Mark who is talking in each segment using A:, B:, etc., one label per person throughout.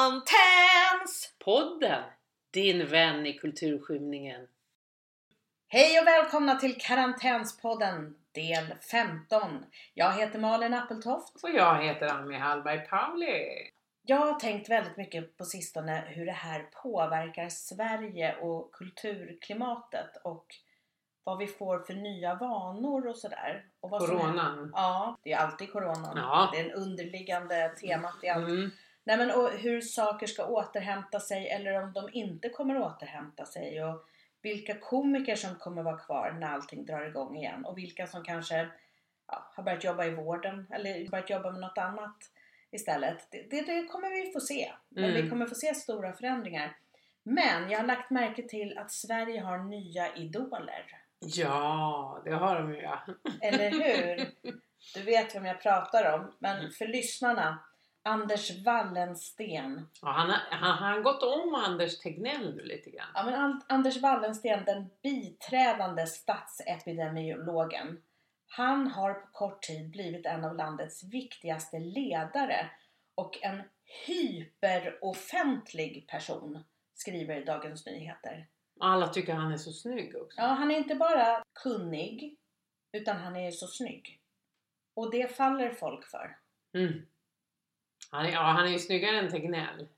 A: Karantäns!
B: Podden, din vän i kulturskymningen.
A: Hej och välkomna till Karantänspodden del 15. Jag heter Malin Appeltoft.
C: Och jag heter Annie Hallberg Pauli.
A: Jag har tänkt väldigt mycket på sistone hur det här påverkar Sverige och kulturklimatet och vad vi får för nya vanor och sådär. Och vad som händer.
C: Coronan.
A: Ja, det är alltid coronan.
C: Ja.
A: Det är en underliggande temat i allt.
C: Mm.
A: Nej men och hur saker ska återhämta sig eller om de inte kommer återhämta sig och vilka komiker som kommer vara kvar när allting drar igång igen och vilka som kanske ja, har börjat jobba i vården eller börjat jobba med något annat istället. Det, det, det kommer vi få se. Men
C: Mm.
A: vi kommer få se stora förändringar. Men jag har lagt märke till att Sverige har nya idoler.
C: Ja, det har de ju ja.
A: Eller hur? Du vet vem jag pratar om. Men för lyssnarna, Anders Wallensten.
C: Och han, har, han, han har gått om Anders Tegnell nu lite grann.
A: Ja, men An- Anders Wallensten, den biträdande statsepidemiologen, han har på kort tid blivit en av landets viktigaste ledare och en hyperoffentlig person, skriver Dagens Nyheter.
C: Alla tycker han är så snygg också.
A: Ja, han är inte bara kunnig, utan han är så snygg. Och det faller folk för.
C: Mm. Han, är, ja, han är ju snyggare än Tegnell.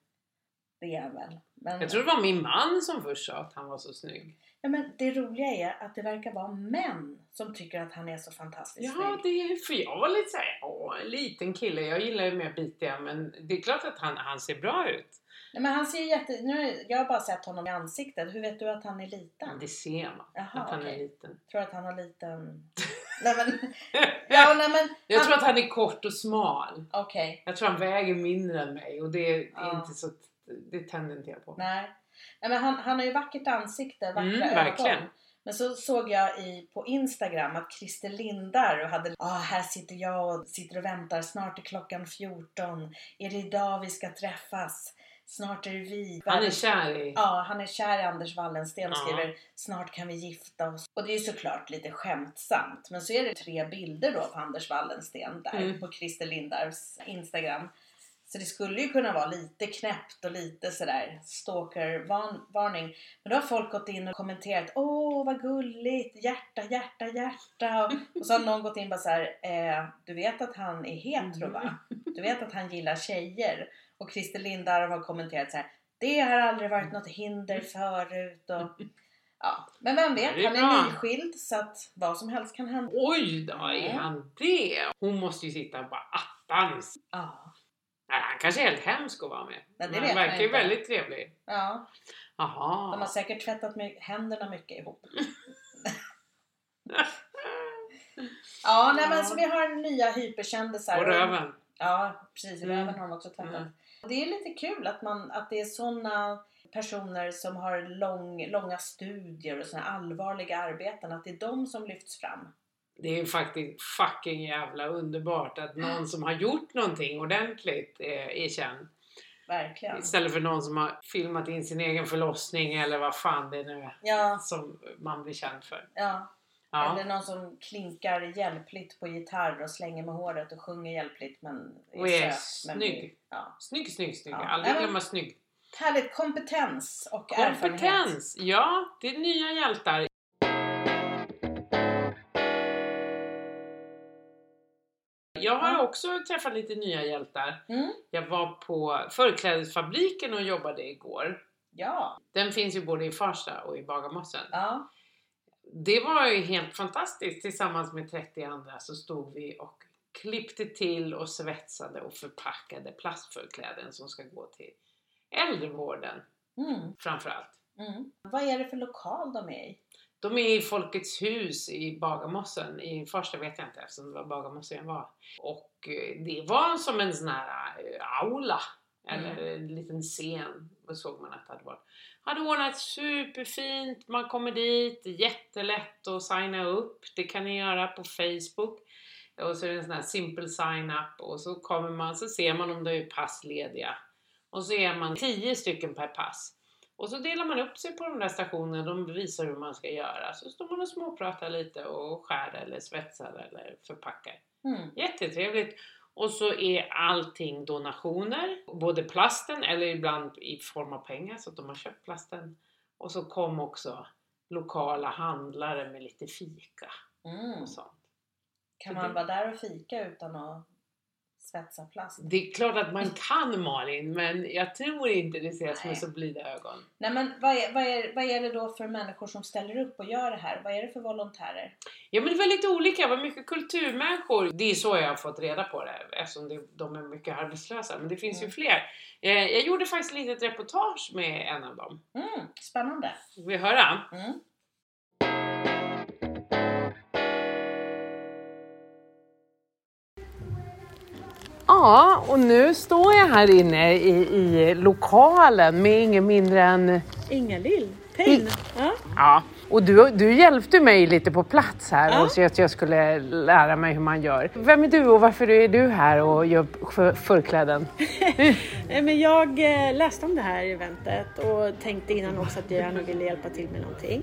A: Det är han väl. Men,
C: Jag tror det var min man som först sa att han var så snygg.
A: ja, men det roliga är att det verkar vara män som tycker att han är så fantastiskt
C: Ja,
A: snygg.
C: det är, för jag var lite såhär, åh, en liten kille. Jag gillar ju mer bitiga men det är klart att han, han ser bra ut.
A: Nej, men han ser ju jätte... Nu, jag har bara sett honom i ansiktet. Hur vet du att han är liten?
C: Men det ser man.
A: Jaha,
C: att han
A: okej.
C: är liten.
A: Tror att han har liten... nej men... Ja, nej men...
C: Jag tror att han är kort och smal.
A: Okej.
C: Jag tror han väger mindre än mig och det är
A: Ja.
C: inte så... Det tänder inte jag på.
A: Nej. nej men han, han har ju vackert ansikte, vackra
C: Mm,
A: ögon.
C: verkligen.
A: Men så såg jag i, på Instagram att Christer Lindar och hade ah, här sitter jag och sitter och väntar, snart är klockan 14. Är det idag vi ska träffas? Snart är det vi.
C: Han är kär i...
A: Ja, han är kär i Anders Wallensten och
C: Ja.
A: skriver Snart kan vi gifta oss. Och det är ju såklart lite skämtsamt. Men så är det tre bilder då på Anders Wallensten där
C: Mm.
A: på Christer Lindarws Instagram. Så det skulle ju kunna vara lite knäppt och lite sådär stalker-varning. Men då har folk gått in och kommenterat Åh vad gulligt! Hjärta, hjärta, hjärta! Och, och så har någon gått in och bara såhär eh, Du vet att han är hetero va? Du vet att han gillar tjejer? Och Christer Lindarw har kommenterat så här. Det har aldrig varit något hinder förut. Och, ja. Men vem vet,
C: Mm. Det är
A: han
C: bra.
A: är nyskild så att vad som helst kan hända.
C: Oj då, är
A: Ja.
C: han det? Hon måste ju sitta och bara attans!
A: Ja.
C: Nej, han kanske är helt hemsk att vara med.
A: det
C: Men
A: vet
C: han
A: man
C: verkar ju
A: inte.
C: väldigt trevlig.
A: ja. De har
C: Jaha.
A: säkert tvättat my- händerna mycket ihop. Ja, nej, men så vi har nya hyperkändisar.
C: Och röven.
A: Ja, precis. I
C: Mm.
A: röven har de också tvättat.
C: Mm.
A: Och Det är lite kul att, man, att det är sådana personer som har lång, långa studier och sådana allvarliga arbeten. Att det är de som lyfts fram.
C: Det är ju faktiskt fucking jävla underbart att någon som har gjort någonting ordentligt eh, är känd.
A: Verkligen.
C: Istället för någon som har filmat in sin egen förlossning eller vad fan det nu är
A: Ja,
C: som man blir känd för.
A: ja.
C: Ja.
A: Eller någon som klinkar hjälpligt på gitarr och slänger med håret och sjunger hjälpligt men
C: Och är
A: söt, men-
C: snygg.
A: Ja.
C: Snygg, snygg, snygg.
A: Ja.
C: Aldrig
A: Nej, men-
C: glömma snygg.
A: Härligt! Kompetens och erfarenhet.
C: Kompetens! Ja, det är nya hjältar. Jag har också träffat lite nya hjältar.
A: Mm.
C: Jag var på förklädesfabriken och jobbade igår.
A: Ja,
C: Den finns ju både i Farsta och i Bagarmossen.
A: ja.
C: Det var ju helt fantastiskt. Tillsammans med 30 andra så stod vi och klippte till och svetsade och förpackade plastförkläden som ska gå till äldrevården
A: Mm,
C: framförallt.
A: mm. Vad är det för lokal de är i?
C: De är i Folkets hus i Bagarmossen. I första vet jag inte eftersom det var Bagarmossen jag var. Och eh, det var som en sån här eh, aula. Eller en liten scen. Då såg man att det hade varit. Hade ordnat superfint. Man kommer dit. Jättelätt att signa upp. Det kan ni göra på Facebook. Och så är det en sån här simple sign up. Och så kommer man. Så ser man om det är pass lediga. Och så är man 10 stycken per pass. Och så delar man upp sig på de där stationerna, de visar hur man ska göra. Så står man och småpratar lite och skär eller svetsar eller förpackar.
A: Mm.
C: Jättetrevligt! Och så är allting donationer, både plasten eller ibland i form av pengar så att de har köpt plasten. Och så kom också lokala handlare med lite fika
A: Mm.
C: och sånt.
A: Kan
C: Så
A: man
C: Alltså, det-
A: vara där och fika utan att svetsa plast?
C: Det är klart att man kan Malin, men jag tror inte det ses
A: Nej.
C: med så blida ögon.
A: Nej men vad är, vad, är, vad är det då för människor som ställer upp och gör det här? Vad är det för volontärer?
C: Ja men det var lite olika, det var mycket kulturmänniskor. Det är så jag har fått reda på det eftersom det, de är mycket arbetslösa. Men det finns
A: Mm.
C: ju fler. Eh, jag gjorde faktiskt ett litet reportage med en av dem.
A: Mm, spännande!
C: Vill vi höra?
A: Mm.
C: Ja, och nu står jag här inne i, i lokalen med ingen mindre än
A: Inga-Lill Pein! Ja.
C: Ja, och du, du hjälpte mig lite på plats här
A: Ja.
C: och så att jag skulle lära mig hur man gör. Vem är du och varför är du här och gör för- förkläden?
D: Nej, men jag eh, läste om det här eventet och tänkte innan också att jag gärna ville hjälpa till med någonting.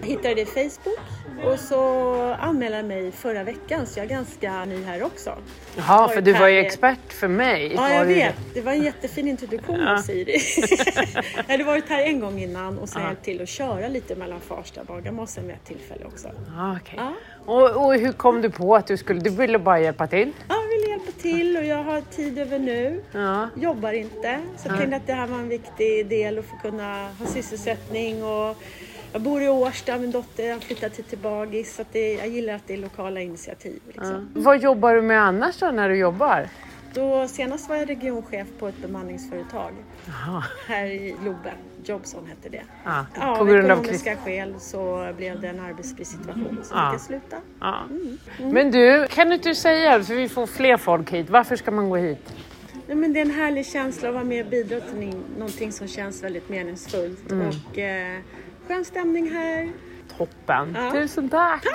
D: Jag hittade det i Facebook och så anmälde jag mig förra veckan så jag är ganska ny här också.
C: Jaha, för du var ju
D: Förkläde.
C: expert för mig.
D: Ja, jag
C: Var du-
D: vet. Det var en jättefin introduktion av Siri. jag hade varit här en gång innan och sen hjälpt till att köra lite mellan Farsta och Bagarmossen vid ett tillfälle också.
C: Ja, okej.
D: Ja.
C: Och, och hur kom du på att du skulle... Du ville bara hjälpa till?
D: Ja, jag ville hjälpa till och jag har tid över nu.
C: Ja.
D: jobbar inte. Så jag tänkte att det här var en viktig del att få kunna ha sysselsättning. Och jag bor i Årsta, min dotter har flyttat hit till Bagis. Så att det, jag gillar att det är lokala initiativ. Liksom.
C: Vad jobbar du med annars då när du jobbar?
D: Då, senast var jag regionchef på ett bemanningsföretag här i Loben. Jobson hette det.
C: Ja,
D: Ja,
C: på
D: av
C: grund av kris.
D: ekonomiska skäl så blev det en arbetsbrist situation så
C: Ja.
D: fick jag sluta.
C: Ja. Men du, kan du inte säga, för vi får fler folk hit, varför ska man gå hit?
D: Nej, men det är en härlig känsla att vara med och bidra till nin- någonting som känns väldigt meningsfullt.
C: Mm.
D: Och, eh, skön stämning här.
C: Toppen!
D: Ja.
C: Tusen tack!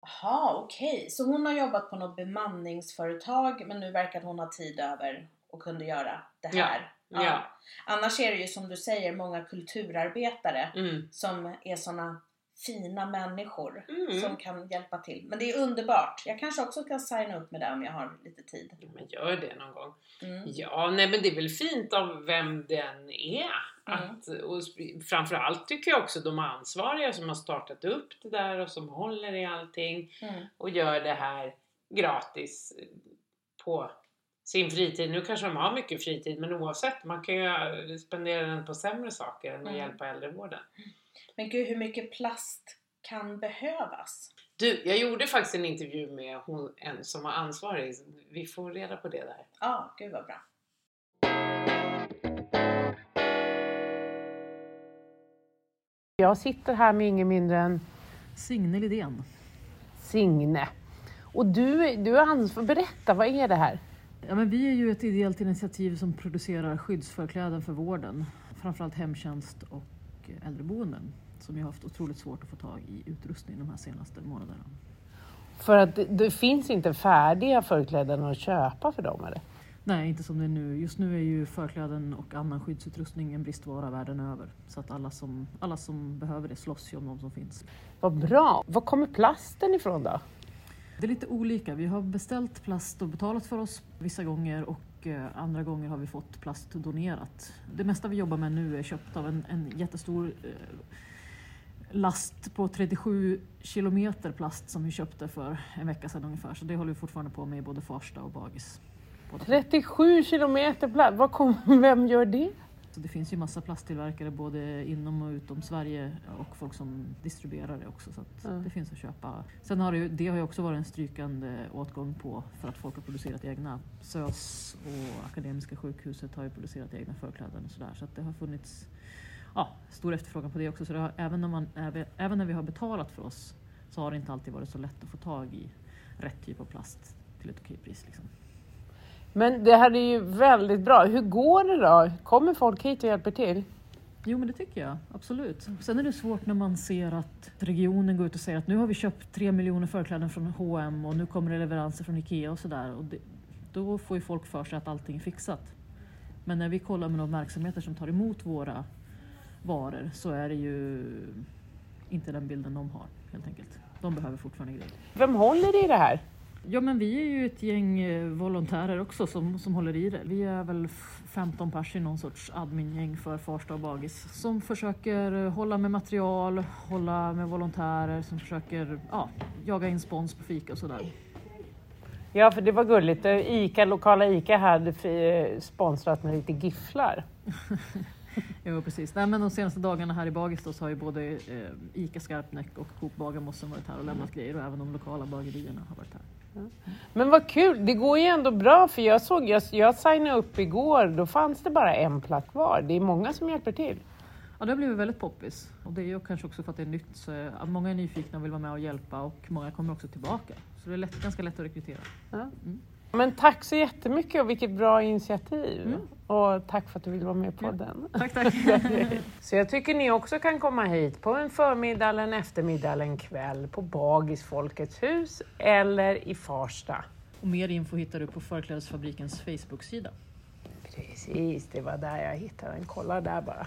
A: Jaha, okej. Så hon har jobbat på något bemanningsföretag men nu verkar hon ha tid över och kunde göra det här.
C: Ja, ja.
A: Annars är det ju som du säger många kulturarbetare
C: Mm.
A: som är såna fina människor
C: Mm.
A: som kan hjälpa till. Men det är underbart. Jag kanske också kan signa upp med det om jag har lite tid.
C: Men gör det någon gång.
A: Mm.
C: Ja, nej men det är väl fint av vem den är.
A: Mm.
C: Att, och sp- framförallt tycker jag också de ansvariga som har startat upp det där och som håller i allting
A: Mm.
C: och gör det här gratis eh, på sin fritid. Nu kanske de har mycket fritid men oavsett, man kan ju eh, spendera den på sämre saker än att
A: Mm.
C: hjälpa äldrevården.
A: Men gud hur mycket plast kan behövas?
C: Du, jag gjorde faktiskt en intervju med hon, en som var ansvarig. Vi får reda på det där.
A: Ja, gud vad bra.
C: Jag sitter här med ingen mindre än
E: Signe Lidén.
C: Signe. Och du, du är ansvarig. Berätta, vad är det här?
E: Ja, men vi är ju ett ideellt initiativ som producerar skyddsförkläden för vården. Framförallt hemtjänst och äldreboenden som ju har haft otroligt svårt att få tag i utrustning de här senaste månaderna.
C: För att det, det finns inte färdiga förkläden att köpa för dem eller?
E: Nej, inte som det är nu. Just nu är ju förkläden och annan skyddsutrustning en bristvara världen över. Så att alla som, alla som behöver det slåss ju om de som finns.
C: Vad bra! Var kommer plasten ifrån då?
E: Det är lite olika. Vi har beställt plast och betalat för oss vissa gånger och eh, andra gånger har vi fått plast donerat. Det mesta vi jobbar med nu är köpt av en, en jättestor eh, last på 37 kilometer plast som vi köpte för en vecka sedan ungefär. Så det håller vi fortfarande på med i både Farsta och Bagis. Båda.
C: 37 kilometer plast, Vad kom, vem gör det?
E: Så det finns ju massa plasttillverkare både inom och utom Sverige och folk som distribuerar det också. Så att
C: Mm.
E: det finns att köpa. Sen har det, ju, det har ju också varit en strykande åtgång på för att folk har producerat egna. SÖS och Akademiska sjukhuset har ju producerat egna förkläden och sådär. Så att det har funnits ja, stor efterfrågan på det också. Så det har, även, när man, även- även när vi har betalat för oss så har det inte alltid varit så lätt att få tag i rätt typ av plast till ett okej pris. Liksom.
C: Men det här är ju väldigt bra. Hur går det då? Kommer folk hit och hjälper till?
E: Jo, men det tycker jag. Absolut. Sen är det svårt när man ser att regionen går ut och säger att nu har vi köpt tre miljoner förkläden från H&M och nu kommer det leveranser från IKEA och sådär. Och det- Då får ju folk för sig att allting är fixat. Men när vi kollar med de verksamheter som tar emot våra varor så är det ju inte den bilden de har helt enkelt. De behöver fortfarande grejer.
C: Vem håller i det här?
E: Ja, men vi är ju ett gäng eh, volontärer också som, som håller i det. Vi är väl f- 15 pers i någon sorts admingäng för Farsta och Bagis som försöker eh, hålla med material, hålla med volontärer som försöker ja, jaga in spons på fika och sådär.
C: Ja, för det var gulligt. Eh, Ica, lokala Ica hade eh, sponsrat med lite gifflar.
E: Jo, precis. Nej, men de senaste dagarna här i Bagis då, så har ju både eh, Ica Skarpnäck och Coop Bagarmossen varit här och lämnat grejer och även de lokala bagerierna har varit här.
C: Men vad kul, det går ju ändå bra för jag såg, jag, jag signade upp igår, då fanns det bara en plats kvar. Det är många som hjälper till.
E: Ja, det har blivit väldigt poppis. Och det är ju kanske också för att det är nytt. Så eh, många är nyfikna och vill vara med och hjälpa och många kommer också tillbaka. Så det är lätt, ganska lätt att rekrytera.
C: Men tack så jättemycket och vilket bra initiativ. Och tack för att du ville vara med i podden.
E: Tack, tack.
C: Så jag tycker ni också kan komma hit på en förmiddag, eller en eftermiddag eller en kväll på Bagis Folkets hus eller i Farsta.
E: och mer info hittar du på Förklädesfabrikens Facebook-sida.
C: Precis, det var där jag hittade den. Kolla där bara.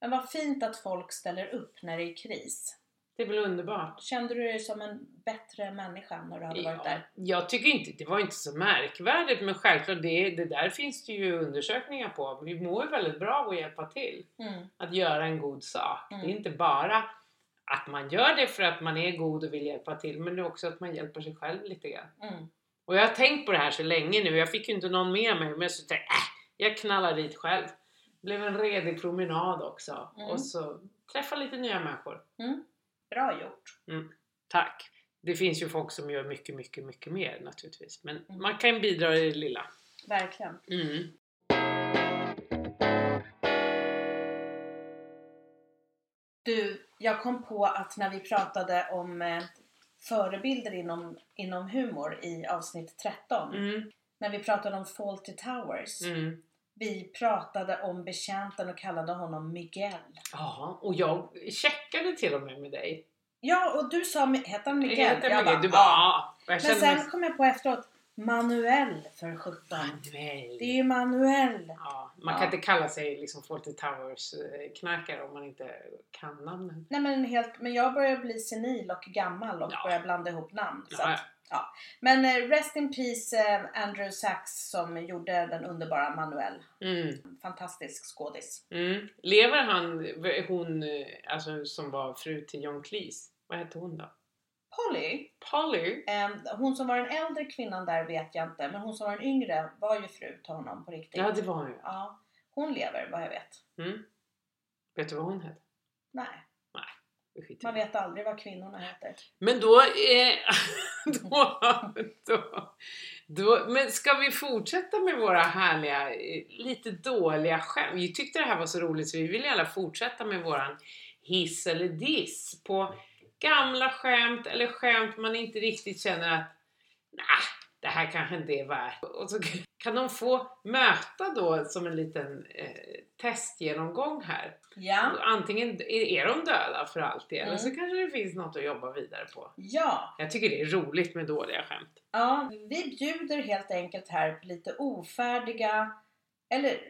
A: Men vad fint att folk ställer upp när det är kris.
C: Det är väl underbart.
A: Kände du dig som en bättre människa när du hade varit där?
C: Jag tycker inte, det var inte så märkvärdigt men självklart, det, det där finns det ju undersökningar på. Vi mår ju väldigt bra av att hjälpa till.
A: Mm.
C: Att göra en god sak.
A: Mm.
C: Det är inte bara att man gör det för att man är god och vill hjälpa till men det är också att man hjälper sig själv lite grann.
A: Mm.
C: Och jag har tänkt på det här så länge nu. Jag fick ju inte någon med mig men så tänkte jag, äh, jag knallar dit själv. Det blev en redig promenad också.
A: Mm.
C: Och så träffa lite nya människor.
A: Mm. Bra gjort.
C: Tack! Det finns ju folk som gör mycket, mycket, mycket mer naturligtvis. Men
A: Mm.
C: man kan bidra i det lilla.
A: Verkligen.
C: Mm.
A: Du, jag kom på att när vi pratade om eh, förebilder inom, inom humor i avsnitt 13.
C: Mm.
A: När vi pratade om Fawlty Towers.
C: Mm.
A: Vi pratade om betjänten och kallade honom Miguel.
C: Ja, och jag checkade till och med med dig.
A: Ja, och du sa, heter han Miguel?
C: Jag heter
A: Jag
C: Miguel. Du bara,
A: "Ja."
C: ja. Och jag
A: Men
C: kände
A: sen
C: mig-
A: kom jag på efteråt, Manuel för 17.
C: Manuel.
A: Det är ju Manuel.
C: Ja, man kan
A: Ja.
C: inte kalla sig liksom Fawlty Towers-knarkare om man inte kan namnen.
A: Nej men helt, men jag börjar bli senil och gammal och
C: Ja.
A: börjar blanda ihop namn. Så
C: Ja.
A: att, ja. Men eh, rest in peace eh, Andrew Sachs som gjorde den underbara Manuel.
C: Mm.
A: Fantastisk skådis.
C: Mm. Lever han, hon eh, alltså, som var fru till John Cleese? Vad hette hon då?
A: Polly,
C: Polly?
A: eh, hon som var den äldre kvinnan där vet jag inte, men hon som var den yngre var ju fru till honom på riktigt.
C: Ja, det var hon ju.
A: Ja, hon lever vad jag vet.
C: Mm. Vet du vad hon hette?
A: Nej,
C: Vi skiter i
A: man
C: det.
A: vet aldrig vad kvinnorna heter.
C: Men då, eh, då, då, då... Men ska vi fortsätta med våra härliga, eh, lite dåliga skämt? Vi tyckte det här var så roligt så vi vill gärna fortsätta med våran hiss eller diss på gamla skämt eller skämt man inte riktigt känner att nah, det här kanske inte är värt. Och så kan de få möta då som en liten eh, testgenomgång här.
A: Ja,
C: Antingen är, är de döda för alltid eller
A: Mm.
C: så kanske det finns något att jobba vidare på.
A: ja.
C: Jag tycker det är roligt med dåliga skämt.
A: Ja, vi bjuder helt enkelt här på lite ofärdiga eller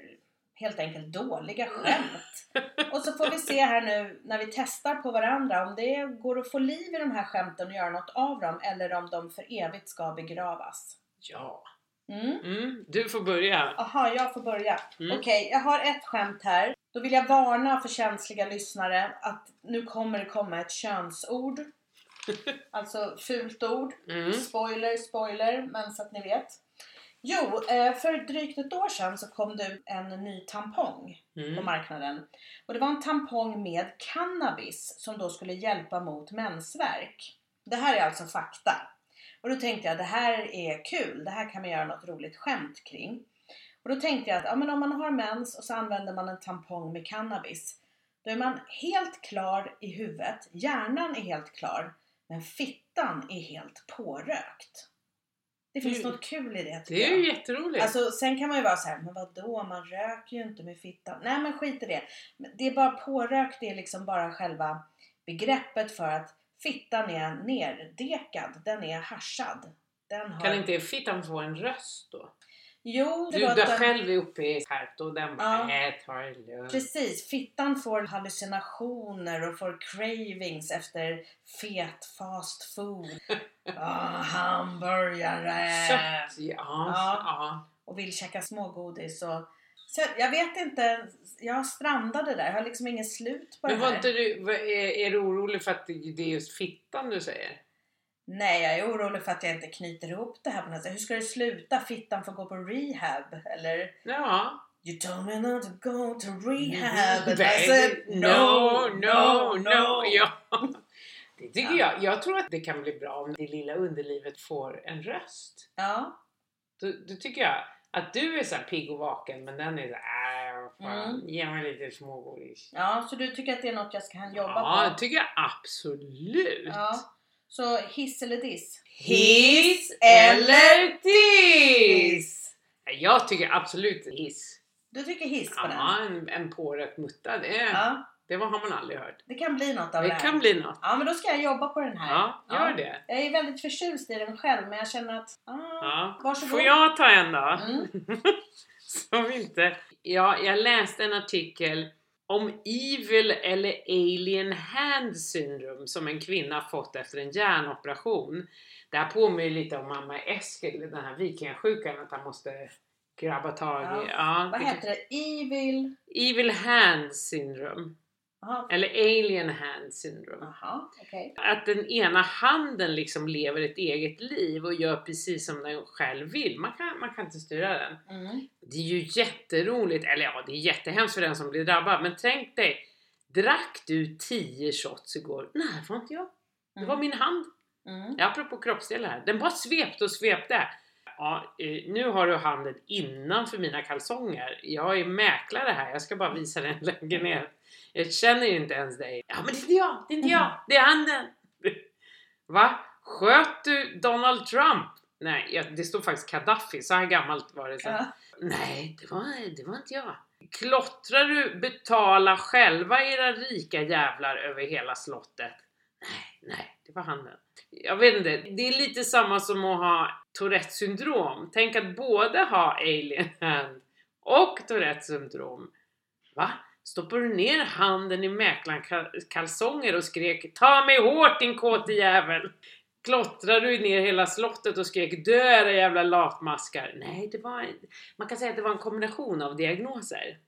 A: helt enkelt dåliga skämt. Och så får vi se här nu när vi testar på varandra om det går att få liv i de här skämten och göra något av dem eller om de för evigt ska begravas.
C: Ja.
A: Mm.
C: Mm, du får börja.
A: Aha, jag får börja.
C: Mm.
A: Okej, jag har ett skämt här. Då vill jag varna för känsliga lyssnare att nu kommer det komma ett könsord. Alltså fult ord.
C: Mm.
A: Spoiler, spoiler, men så att ni vet. Jo, eh, för drygt ett år sedan så kom det ut en ny tampong på
C: Mm.
A: marknaden. Och det var en tampong med cannabis som då skulle hjälpa mot mensvärk. Det här är alltså fakta. Och då tänkte jag, det här är kul, det här kan man göra något roligt skämt kring. Och då tänkte jag att ja, men om man har mens och så använder man en tampong med cannabis, då är man helt klar i huvudet, hjärnan är helt klar, men fittan är helt pårökt. Det finns
C: Det är ju-
A: något kul i det tycker
C: Det är
A: jag.
C: ju jätteroligt.
A: Alltså, sen kan man ju vara så här, men vadå, man röker ju inte med fittan. Nej men skit i det. Men Det är bara pårökt, det är liksom bara själva begreppet för att fittan är nerdekad, den är haschad. Den har...
C: kan inte fittan få en röst då?
A: Jo, det var
C: Judar
A: att den,
C: själv är uppe i skarpt och den bara,
A: Ja.
C: nej ta det lugnt.
A: precis, fittan får hallucinationer och får cravings efter fet fast food. Ah, hamburgare!
C: Kött, ja.
A: Ja.
C: ja.
A: och vill käka smågodis och så jag vet inte, jag strandade där. Jag har liksom inget slut på det
C: Men var
A: här.
C: inte du, var- är, är du orolig för att det det är just fittan du säger?
A: Nej, jag är orolig för att jag inte knyter ihop det här på något sätt. Hur ska det sluta? Fittan får gå på rehab eller?
C: Ja.
A: You told me not to go to rehab and I
C: Nej,
A: said
C: det-
A: Alltså, no, no, no.
C: Ja. Det
A: Ja.
C: tycker jag. Jag tror att det kan bli bra om det lilla underlivet får en röst.
A: Ja,
C: Då, då tycker jag att du är så här pigg och vaken men den är så här, "Äh, vad fan,
A: Mm.
C: ge mig lite smågodis.
A: ja, så du tycker att det är något jag kan jobba
C: Ja, det
A: på?
C: tycker jag absolut.
A: Ja. Så hiss eller diss?
C: Hiss eller diss? Jag tycker absolut hiss.
A: Du tycker hiss på den?
C: Ja, en, en pårött mutta, det,
A: Ja,
C: det har man aldrig hört.
A: det kan bli något av det,
C: Det
A: här.
C: kan bli något.
A: Ja, men då ska jag jobba på den här.
C: Ja, gör
A: Ja.
C: det.
A: Jag är väldigt förtjust i den själv men jag känner att, ah,
C: Ja.
A: Varsågod.
C: Får jag ta en då?
A: mm,
C: Som inte... Ja, jag läste en artikel om evil eller alien hand syndrome som en kvinna fått efter en hjärnoperation. Det här påminner ju lite om mamma Eskil, den här vikingasjukan, att han måste grabba tag i...
A: Ja.
C: Ja,
A: vad
C: det
A: heter det? Evil?
C: Evil hand syndrome.
A: Jaha,
C: Eller alien hand syndrome.
A: Jaha, okej.
C: Att den ena handen liksom lever ett eget liv och gör precis som den själv vill. Man kan, man kan inte styra den.
A: Mm.
C: Det är ju jätteroligt, eller ja det är jättehemskt för den som blir drabbad, men tänk dig, drack du 10 shots igår? Nej, det var inte jag. Det var
A: Mm.
C: min hand.
A: Mm.
C: Ja, apropå kroppsdelar här, den bara svepte och svepte. Ja, eh, nu har du handen innanför mina kalsonger. Jag är mäklare här, jag ska bara visa dig en lägenhet. Jag känner ju inte ens dig. Ja, men det är inte jag, det är inte
A: Mm.
C: jag, det är handen. Va? Sköt du Donald Trump? Nej, jag- det stod faktiskt Gaddafi, så här gammalt var det sen.
A: Ja.
C: Nej, det var, det var inte jag. Klottrar du betala själva era rika jävlar över hela slottet? Nej, nej, det var handen. Jag vet inte, det är lite samma som att ha Tourettes syndrom. Tänk att både ha alien hand och Tourettes syndrom. Va? Stoppade du ner handen i mäklarkalsonger och skrek Ta mig hårt din kåte jävel! Klottrar du ner hela slottet och skrek Dö era jävla latmaskar! Nej, det var, man kan säga att det var en kombination av diagnoser.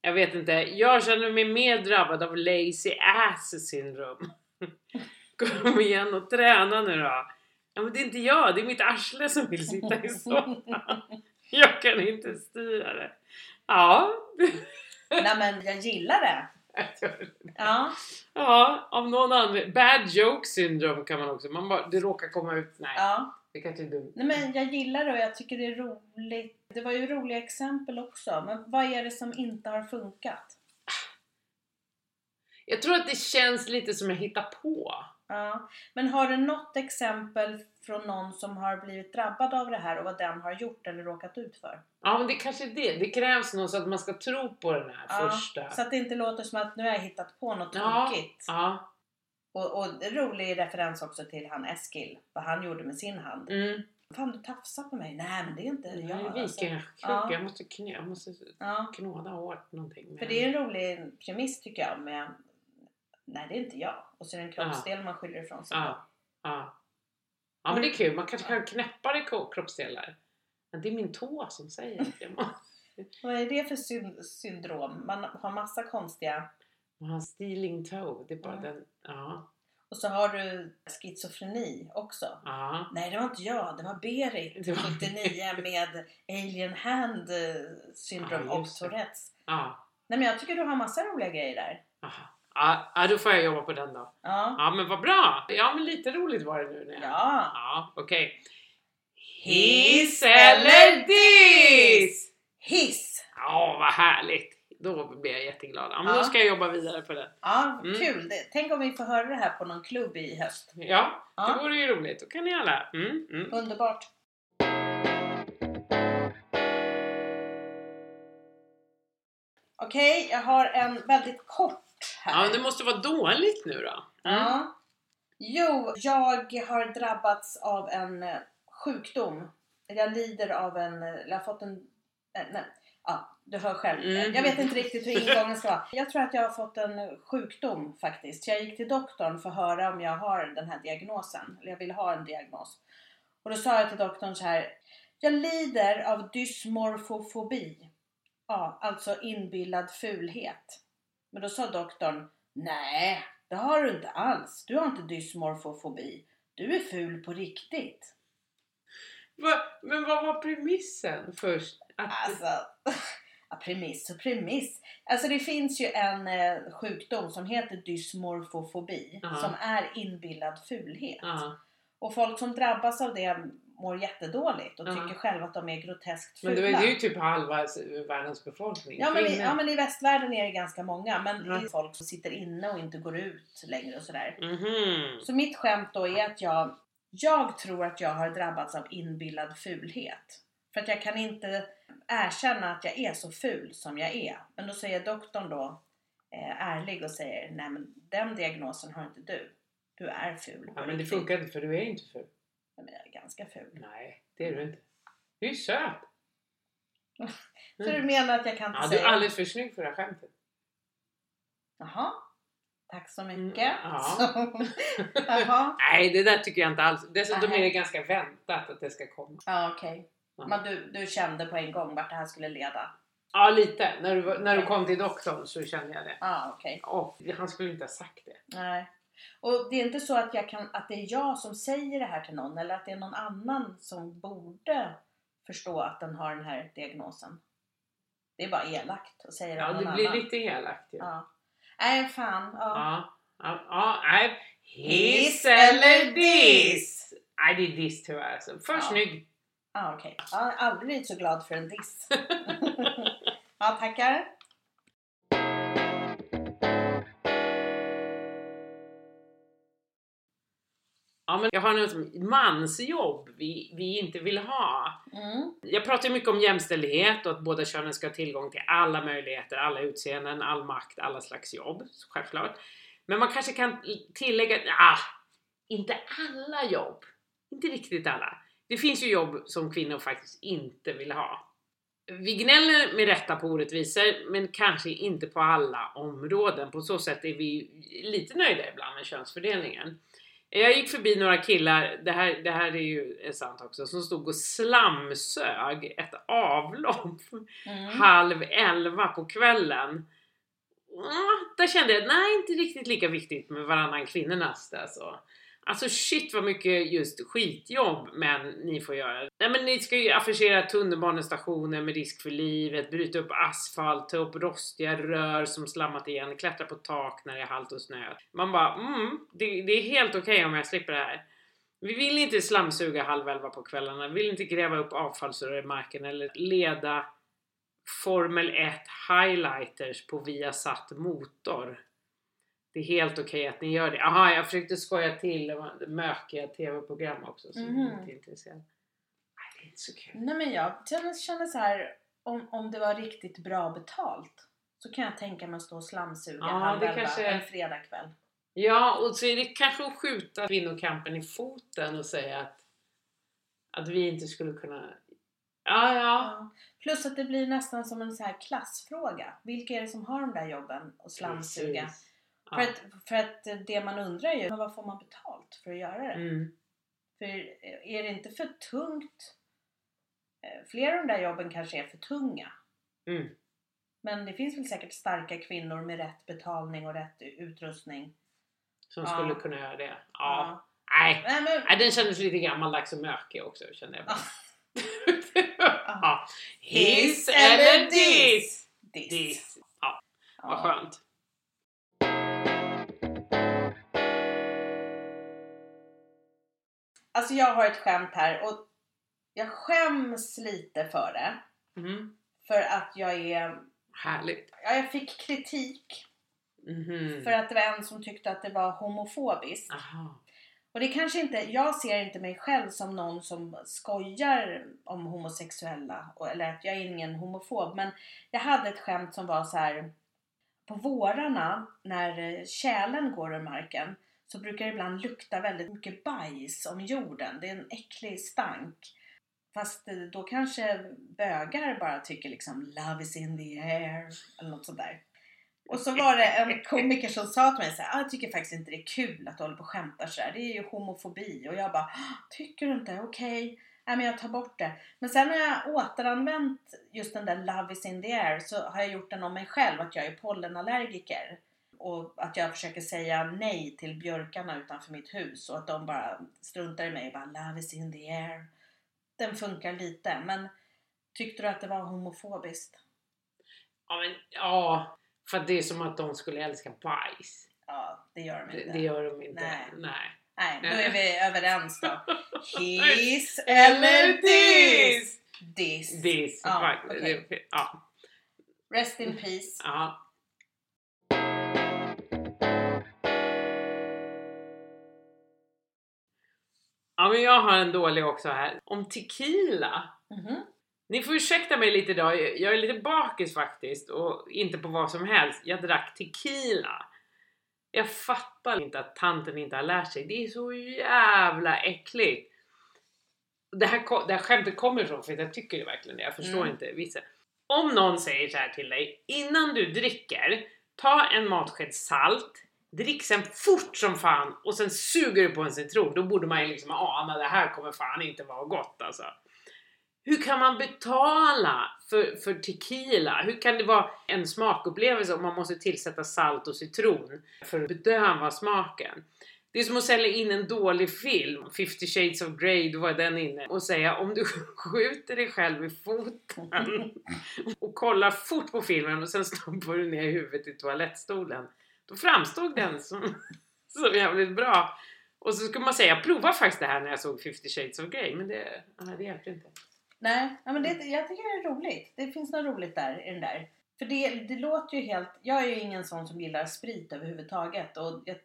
C: Jag vet inte, jag känner mig mer drabbad av lazy ass syndrom. Kom igen och träna nu då. Ja, men det är inte jag, det är mitt arsle som vill sitta i soffan. Jag kan inte styra det. Ja,
A: Nej men jag gillar det. Ja.
C: ja av någon anledning. Bad joke syndrom kan man också, man bara, det råkar komma ut. Nej,
A: ja.
C: det kanske är dumt.
A: Nej, men jag gillar det och jag tycker det är roligt. Det var ju roliga exempel också. Men vad är det som inte har funkat?
C: Jag tror att det känns lite som jag hittar på.
A: Ja. Men har du något exempel från någon som har blivit drabbad av det här och vad den har gjort eller råkat ut för?
C: Ja men det kanske är det. Det krävs någon så att man ska tro på den här
A: Ja,
C: första.
A: Så att det inte låter som att nu har jag hittat på något
C: Ja.
A: tokigt.
C: Ja.
A: Och, och rolig referens också till han Eskil, vad han gjorde med sin hand.
C: Mm.
A: Fan du tafsar på mig. Nej men det är inte
C: Jag
A: jag.
C: är
A: alltså.
C: vikingasjuk.
A: Ja.
C: Jag måste, knä, jag måste
A: Ja,
C: knåda hårt någonting.
A: för det är en rolig premiss tycker jag med Nej det är inte jag. Och så är det en kroppsdel man skyller ifrån sig på.
C: Ja. Ja. ja men det är kul. Man kanske kan knäppa det i ko- kroppsdelar. Men det är min tå som säger att jag måste.
A: Vad är det för syn- syndrom? Man har massa konstiga
C: Man har stealing toe. Det är bara
A: Mm.
C: den. Ja.
A: och så har du schizofreni också.
C: Ja.
A: Nej det var inte jag, det var Berit
C: Det var-
A: 79 med alien hand eh, syndrom
C: Ja,
A: och
C: just det.
A: Tourettes.
C: Ja.
A: Nej men jag tycker du har massa roliga grejer där.
C: Aha. Ja, ja, då får jag jobba på den då.
A: Ja.
C: Ja, men vad bra! Ja, men lite roligt var det nu. När jag...
A: Ja.
C: Ja, okej.
A: Hiss eller diss? Hiss!
C: Ja, vad härligt! Då blir jag jätteglad. Ja, men
A: Ja.
C: då ska jag jobba vidare på den.
A: Ja,
C: Mm.
A: kul! Det- Tänk om vi får höra det här på någon klubb i höst.
C: Ja,
A: Ja.
C: det vore ju roligt. Då kan ni alla... Mm, mm.
A: Underbart! Okej, jag har en väldigt kort
C: Ja,
A: här.
C: men det måste vara dåligt nu då. Mm.
A: Ja. Jo, jag har drabbats av en eh, sjukdom. Jag lider av en, eller jag har fått en, eh, nej, ja du hör själv.
C: Mm.
A: Jag vet inte riktigt hur ingången ska vara. Jag tror att jag har fått en sjukdom faktiskt. Jag gick till doktorn för att höra om jag har den här diagnosen, eller jag vill ha en diagnos. Och då sa jag till doktorn så här, jag lider av dysmorfofobi. Ja, alltså inbillad fulhet. Men då sa doktorn, nej det har du inte alls. Du har inte dysmorfofobi. Du är ful på riktigt.
C: Va, men vad var premissen först? Att,
A: Alltså, ja, premiss och premiss. Alltså det finns ju en eh, sjukdom som heter dysmorfofobi
C: Ja.
A: som är inbillad fulhet.
C: ja,
A: Och folk som drabbas av det mår jättedåligt och
C: Ja.
A: tycker själva att de är groteskt fula.
C: men det är ju typ halva världens befolkning.
A: Ja men, i,
C: Kvinnor.
A: ja men i västvärlden är det ganska många men
C: Ja.
A: det är folk som sitter inne och inte går ut längre och sådär.
C: Mhm.
A: Så mitt skämt då är att jag, jag tror att jag har drabbats av inbillad fulhet. För att jag kan inte erkänna att jag är så ful som jag är. Men då säger doktorn då eh, ärlig och säger nej men den diagnosen har inte du. Du är ful. på
C: Ja, men det
A: riktigt."
C: funkar inte för du är inte ful.
A: Nej, Men jag är ganska ful.
C: Nej, det är du inte. Du är ju söt.
A: Så du menar att jag kan inte
C: Mm. Ja, du är
A: säga?
C: alldeles för snygg för det här skämtet.
A: Jaha. Tack så mycket.
C: Mm, ja.
A: Så- Jaha.
C: Nej, det där tycker jag inte alls. Dessutom
A: Nej.
C: är det ganska väntat att det ska komma.
A: Ja okej.
C: Ja.
A: Men du, du kände på en gång vart det här skulle leda?
C: Ja, lite. När du, var- när du kom till doktorn så kände jag det.
A: Ja okej.
C: Och han skulle inte ha sagt det.
A: Nej. Och det är inte så att, jag kan, att det är jag som säger det här till någon eller att det är någon annan som borde förstå att den har den här diagnosen. Det är bara elakt att säga det
C: Ja,
A: om någon
C: det blir
A: annan.
C: lite elakt ju.
A: Ja. Nej, fan. Ja.
C: Ja. Ja, ja, nej.
A: Hiss
C: Hiss
A: eller
C: eller
A: diss?
C: diss? Nej, det är diss tyvärr alltså. För
A: Ja.
C: snygg.
A: Ja, okej. Ja, aldrig så glad för en diss. ja, tackar.
C: Ja, men jag har något som mansjobb vi, vi inte vill ha.
A: Mm.
C: Jag pratar ju mycket om jämställdhet och att båda könen ska ha tillgång till alla möjligheter, alla utseenden, all makt, alla slags jobb. så Självklart. Men man kanske kan tillägga att ah, inte alla jobb. Inte riktigt alla. Det finns ju jobb som kvinnor faktiskt inte vill ha. Vi gnäller med rätta på orättvisor, men kanske inte på alla områden. På så sätt är vi lite nöjda ibland med könsfördelningen. Jag gick förbi några killar, det här, det här är ju sant också, som stod och slamsög ett avlopp
A: Mm.
C: halv elva på kvällen. Mm, där kände jag, nej inte riktigt lika viktigt med varannan kvinnornas alltså. Alltså shit vad mycket just skitjobb men ni får göra. Nej men ni ska ju affischera tunnelbanestationer med risk för livet, bryta upp asfalt, ta upp rostiga rör som slammat igen, klättra på tak när det är halt och snö. Man bara, mm, det, det är helt okej om jag slipper det här. Vi vill inte slamsuga halv elva på kvällarna, vi vill inte gräva upp avfallsrör i marken eller leda Formel 1 highlighters på Viasat motor. Det är helt okej att ni gör det. Aha, jag försökte skoja till det var mökiga tv-program också som
A: Mhm.
C: inte är intresserade. Nej, det är inte så kul.
A: Nej, men jag känner, känner så här, om, om det var riktigt bra betalt så kan jag tänka mig att stå och slamsuga
C: Ja,
A: halv
C: det
A: elva
C: kanske-
A: en fredagkväll.
C: Ja, och så är det kanske att skjuta kvinnokampen i foten och säga att, att vi inte skulle kunna... Ja, ja.
A: Ja. Plus att det blir nästan som en så här klassfråga. Vilka är det som har de där jobben och slamsuga?
C: Precis. Ja.
A: För, att, för att det man undrar är ju, men vad får man betalt för att göra det?
C: Mm.
A: För är det inte för tungt? eh, Flera av de där jobben kanske är för tunga.
C: Mm.
A: Men det finns väl säkert starka kvinnor med rätt betalning och rätt utrustning.
C: Som
A: Ja.
C: skulle kunna göra det. Ja.
A: Ja.
C: Nej.
A: Nej, men,
C: Nej, den kändes lite gammaldags och mökig också kände jag.
A: Ja.
C: ja. Hiss eller diss?
A: Diss.
C: Diss. Ja, vad
A: Ja.
C: skönt.
A: Alltså jag har ett skämt här och jag skäms lite för det.
C: Mm.
A: För att jag är...
C: Härligt.
A: Ja, jag fick kritik
C: Mhm.
A: för att det var en som tyckte att det var homofobiskt.
C: Aha.
A: Och det kanske inte... Jag ser inte mig själv som någon som skojar om homosexuella. och- Eller att jag är ingen homofob. Men jag hade ett skämt som var så här. På vårarna när eh, tjälen går ur marken så brukar det ibland lukta väldigt mycket bajs om jorden. Det är en äcklig stank. Fast eh, då kanske bögar bara tycker liksom Love is in the air eller något sånt där. Och så var det en komiker som sa till mig så här, ah, jag tycker faktiskt inte det är kul att du håller på och skämtar sådär. Det är ju homofobi. Och jag bara, "Ah, tycker du inte? Okej. Nej men jag tar bort det. Men sen har jag återanvänt just den där Love is in the air så har jag gjort den om mig själv att jag är pollenallergiker. Och att jag försöker säga nej till björkarna utanför mitt hus och att de bara struntar i mig och bara Love is in the air. Den funkar lite men tyckte du att det var homofobiskt?
C: Ja, men, ja, för att det är som att de skulle älska bajs.
A: Ja, det gör de
C: Det,
A: inte.
C: det gör de inte.
A: Nej.
C: Nej.
A: Nej, då är vi överens då. Hiss
C: Eller
A: eller diss? Diss.
C: Diss.
A: Ja,
C: Ja,
A: okej.
C: det- ja,
A: Rest in peace.
C: ja. Ja, men jag har en dålig också här. Om tequila.
A: Mhm.
C: Ni får ursäkta mig lite idag, jag jag är lite bakis faktiskt och inte på vad som helst. Jag drack tequila. Jag fattar inte att tanten inte har lärt sig. Det är så jävla äckligt. Det här, ko- det här skämtet kommer ifrån för att jag tycker det verkligen det. Jag förstår
A: Mm.
C: inte vissa. Om någon säger så här till dig, innan du dricker, ta en matsked salt, drick sen fort som fan och sen suger du på en citron. Då borde man ju liksom ana det här kommer fan inte vara gott alltså. Hur kan man betala för, för tequila? Hur kan det vara en smakupplevelse om man måste tillsätta salt och citron för att bedöva smaken? Det är som att sälja in en dålig film, 50 shades of Grey, då var den inne, och säga om du skjuter dig själv i foten och kollar fort på filmen och sen stoppar du ner huvudet i toalettstolen. Då framstod den som, som jävligt bra. Och så skulle man säga, jag provade faktiskt det här när jag såg 50 shades of Grey, men det, nej, det hjälpte inte.
A: Nej, ja, men det, jag tycker det är roligt. Det finns något roligt där i den där. För det, det låter ju helt... Jag är ju ingen sån som gillar sprit överhuvudtaget och jag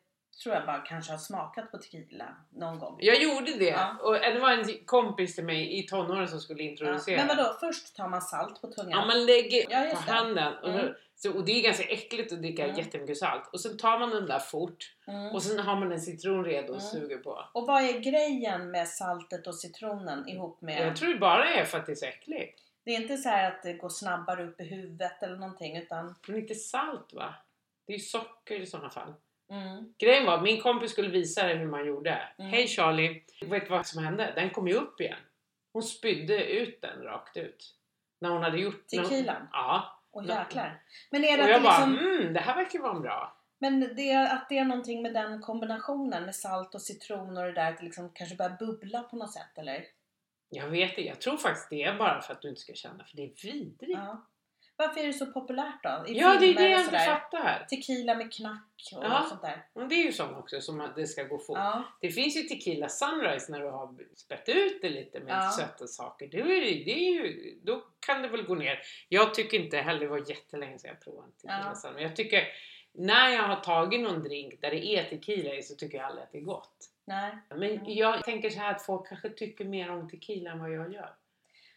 A: tror jag bara kanske har smakat på tequila någon gång.
C: Jag gjorde det.
A: Ja.
C: Och det var en kompis till mig i tonåren som skulle
A: Ja.
C: introducera.
A: Men vadå, först tar man salt på tungan?
C: Ja, man lägger
A: Ja, just
C: på
A: det.
C: handen. Och,
A: Mm.
C: så, och det är ganska äckligt att dricka
A: Mm.
C: jättemycket salt. Och sen tar man den där fort
A: mm.
C: och sen har man en citron redo
A: Mm.
C: och suger på.
A: Och vad är grejen med saltet och citronen ihop med...
C: Jag tror det bara är för att det är så äckligt.
A: Det är inte så här att det går snabbare upp i huvudet eller någonting utan...
C: Men inte salt va? Det är ju socker i sådana fall.
A: Mm.
C: Grejen var, min kompis skulle visa dig hur man gjorde.
A: Mm.
C: Hej Charlie! Vet du vad som hände? Den kom ju upp igen. Hon spydde ut den rakt ut. När hon hade gjort... när hon-
A: Tequilan?
C: Ja.
A: Och
C: Ja.
A: jäklar. Men är det
C: Och
A: att det
C: jag bara,
A: liksom...
C: mm, det här verkar vara en bra.
A: Men det, är- att det är någonting med den kombinationen med salt och citron och det där att det liksom kanske börjar bubbla på något sätt eller?
C: Jag vet det. Jag tror faktiskt det är bara för att du inte ska känna för det är vidrigt. Ja,
A: Ja. Varför är det så populärt då? I
C: det är
A: filmer
C: det jag
A: och
C: inte
A: sådär.
C: fattar.
A: Tequila med knack och
C: Ja.
A: sånt där.
C: Men det är ju sånt också som att det ska gå fort.
A: Ja.
C: Det finns ju tequila sunrise när du har spätt ut det lite med
A: Ja.
C: söta saker. Det är, ju- det är ju, då kan det väl gå ner. Jag tycker inte heller, det var jättelänge sedan jag provade en tequila
A: Ja.
C: sunrise. Jag tycker, när jag har tagit någon drink där det är tequila i så tycker jag aldrig att det är gott.
A: Nej.
C: Men jag tänker så här att folk kanske tycker mer om tequila än vad jag gör.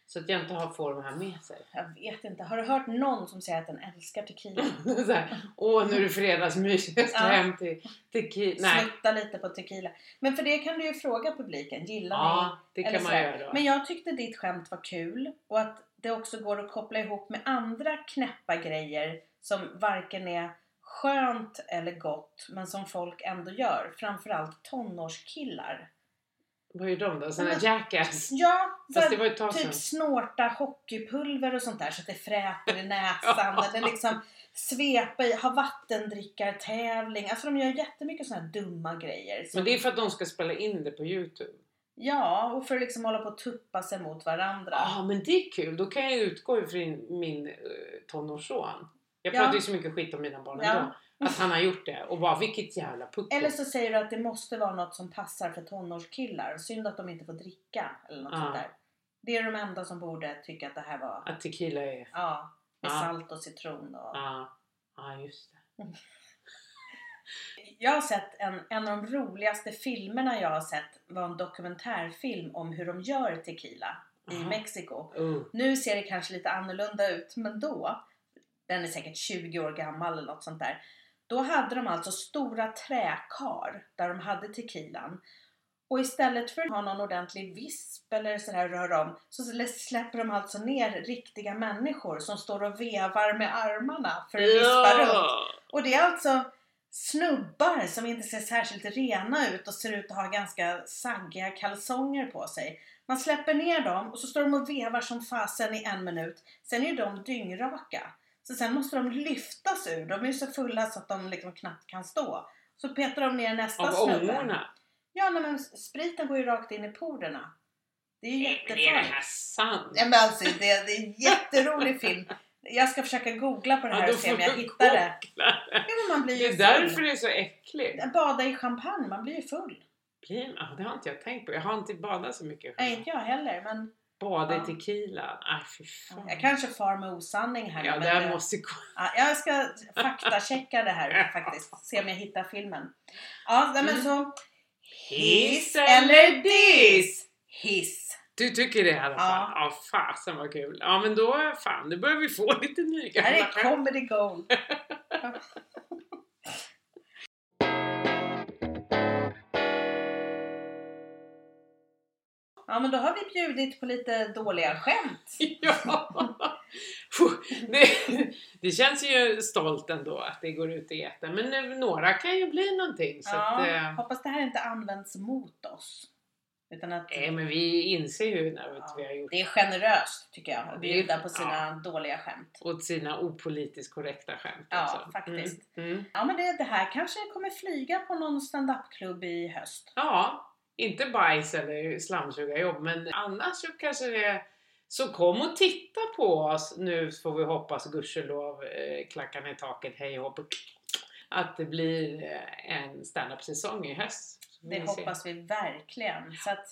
C: Så att jag inte har får de här med sig.
A: Jag vet inte. Har du hört någon som säger att den älskar tequila?
C: så här, Åh, nu är det fredagsmys. Jag ska
A: Ja.
C: hem till tequila. Nej.
A: Smutta lite på tequila. Men för det kan du ju fråga publiken. Gillar ni?
C: Ja, det
A: Eller
C: kan man
A: sådär.
C: göra.
A: Men jag tyckte ditt skämt var kul och att det också går att koppla ihop med andra knäppa grejer som varken är skönt eller gott men som folk ändå gör. Framförallt tonårskillar.
C: Vad är de då? Såna
A: Men-
C: jackass?
A: Ja,
C: Fast
A: för
C: det var ju ett tag
A: typ
C: sedan.
A: snorta hockeypulver och sånt där så att det fräter i näsan eller liksom svepa i, ha vattendrickartävling. Alltså de gör jättemycket sådana här dumma grejer. som-
C: Men det är för att de ska spela in det på Youtube.
A: Ja, och för att liksom hålla på och tuppa sig mot varandra.
C: Ja, ah, men det är kul. Då kan jag utgå ifrån min eh, tonårsson. Jag
A: Ja.
C: pratar ju så mycket skit om mina barn
A: Ja.
C: ändå. Att han har gjort det och bara vilket jävla pucko.
A: Eller så säger du att det måste vara något som passar för tonårskillar. Synd att de inte får dricka eller något
C: Ja.
A: sånt där. Det är de enda som borde tycka att det här var,
C: Att tequila är...
A: ja, med
C: Ja.
A: salt och citron och...
C: Ja, ah, just det.
A: Jag har sett en, en av de roligaste filmerna jag har sett var en dokumentärfilm om hur de gör tequila i
C: Aha.
A: Mexiko.
C: Uh.
A: Nu ser det kanske lite annorlunda ut, men då, den är säkert 20 år gammal eller något sånt där. Då hade de alltså stora träkar där de hade tequilan. Och istället för att ha någon ordentlig visp eller så här rör om så släpper de alltså ner riktiga människor som står och vevar med armarna för att vispa runt. Och det är alltså snubbar som inte ser särskilt rena ut och ser ut att ha ganska saggiga kalsonger på sig. Man släpper ner dem och så står de och vevar som fasen i en minut. Sen är ju de dyngraka. Så sen måste de lyftas ur. De är ju så fulla så att de liksom knappt kan stå. Så petar de ner nästa
C: Av
A: snubbe.
C: ångorna.
A: Ja, nej, men spriten går ju rakt in i porerna. Det är ju
C: Nej, men Är det
A: jättefarligt.
C: här sant?
A: Ja, men alltså, det, det är en jätterolig film. Jag ska försöka googla på det här
C: Ja, då
A: och se om
C: får
A: jag
C: du
A: hittar det.
C: kolla.
A: Ja, men man blir
C: Det
A: ju
C: är
A: full.
C: därför det är så äckligt.
A: Bada i champagne, man blir ju full.
C: Blir- ah, Det har inte jag tänkt på. Jag har inte badat så mycket.
A: Nej, inte jag heller. Men
C: Mm. Bada
A: Ja.
C: i tequila. Nej, fy fan.
A: jag kanske far med osanning här.
C: Ja,
A: men
C: där
A: det-
C: måste gå-
A: ja, jag ska faktachecka det här faktiskt. Se om jag hittar filmen. Ja, nej, men
C: Mm.
A: så...
C: Hiss eller diss?
A: Hiss!
C: Du tycker det i alla fall?
A: Ja.
C: Ja, fasen vad kul. Ja, men då fan, nu börjar vi få lite
A: Det här
C: nygamla
A: är comedy gold. Ja, men då har vi bjudit på lite dåliga skämt.
C: Ja. Puh, Det, det känns ju stolt ändå att det går ut i etern. Men nu, några kan ju bli någonting. Så
A: Ja,
C: att, eh,
A: hoppas det här inte används mot oss. Utan att
C: nej, men vi inser ju hur nervigt vi har gjort
A: det är generöst tycker jag
C: det är-
A: att bjuda på sina dåliga skämt.
C: åt sina opolitiskt korrekta skämt.
A: Ja,
C: också.
A: faktiskt.
C: Mm, mm.
A: Ja men det, det här kanske kommer flyga på någon standupklubb i höst.
C: Ja, inte bajs eller slamsugarjobb, men annars så kanske det... Så kom och titta på oss. Nu får vi hoppas, gudskelov, eh, klackarna i taket, hej och hopp. Att det blir eh, en standup-säsong i höst. Så får
A: Det
C: vi se.
A: hoppas vi verkligen. Så att,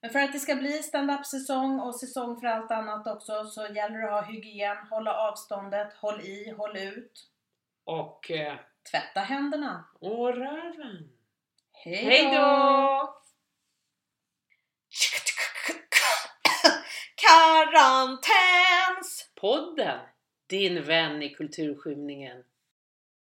A: men för att det ska bli standup-säsong och säsong för allt annat också så gäller det att ha hygien, hålla avståndet, håll i, håll ut,
C: Och... Eh,
A: tvätta händerna.
C: och röven.
A: Hej då!
C: Hej då!
A: Karantäns!
B: Podden, din vän i kulturskymningen.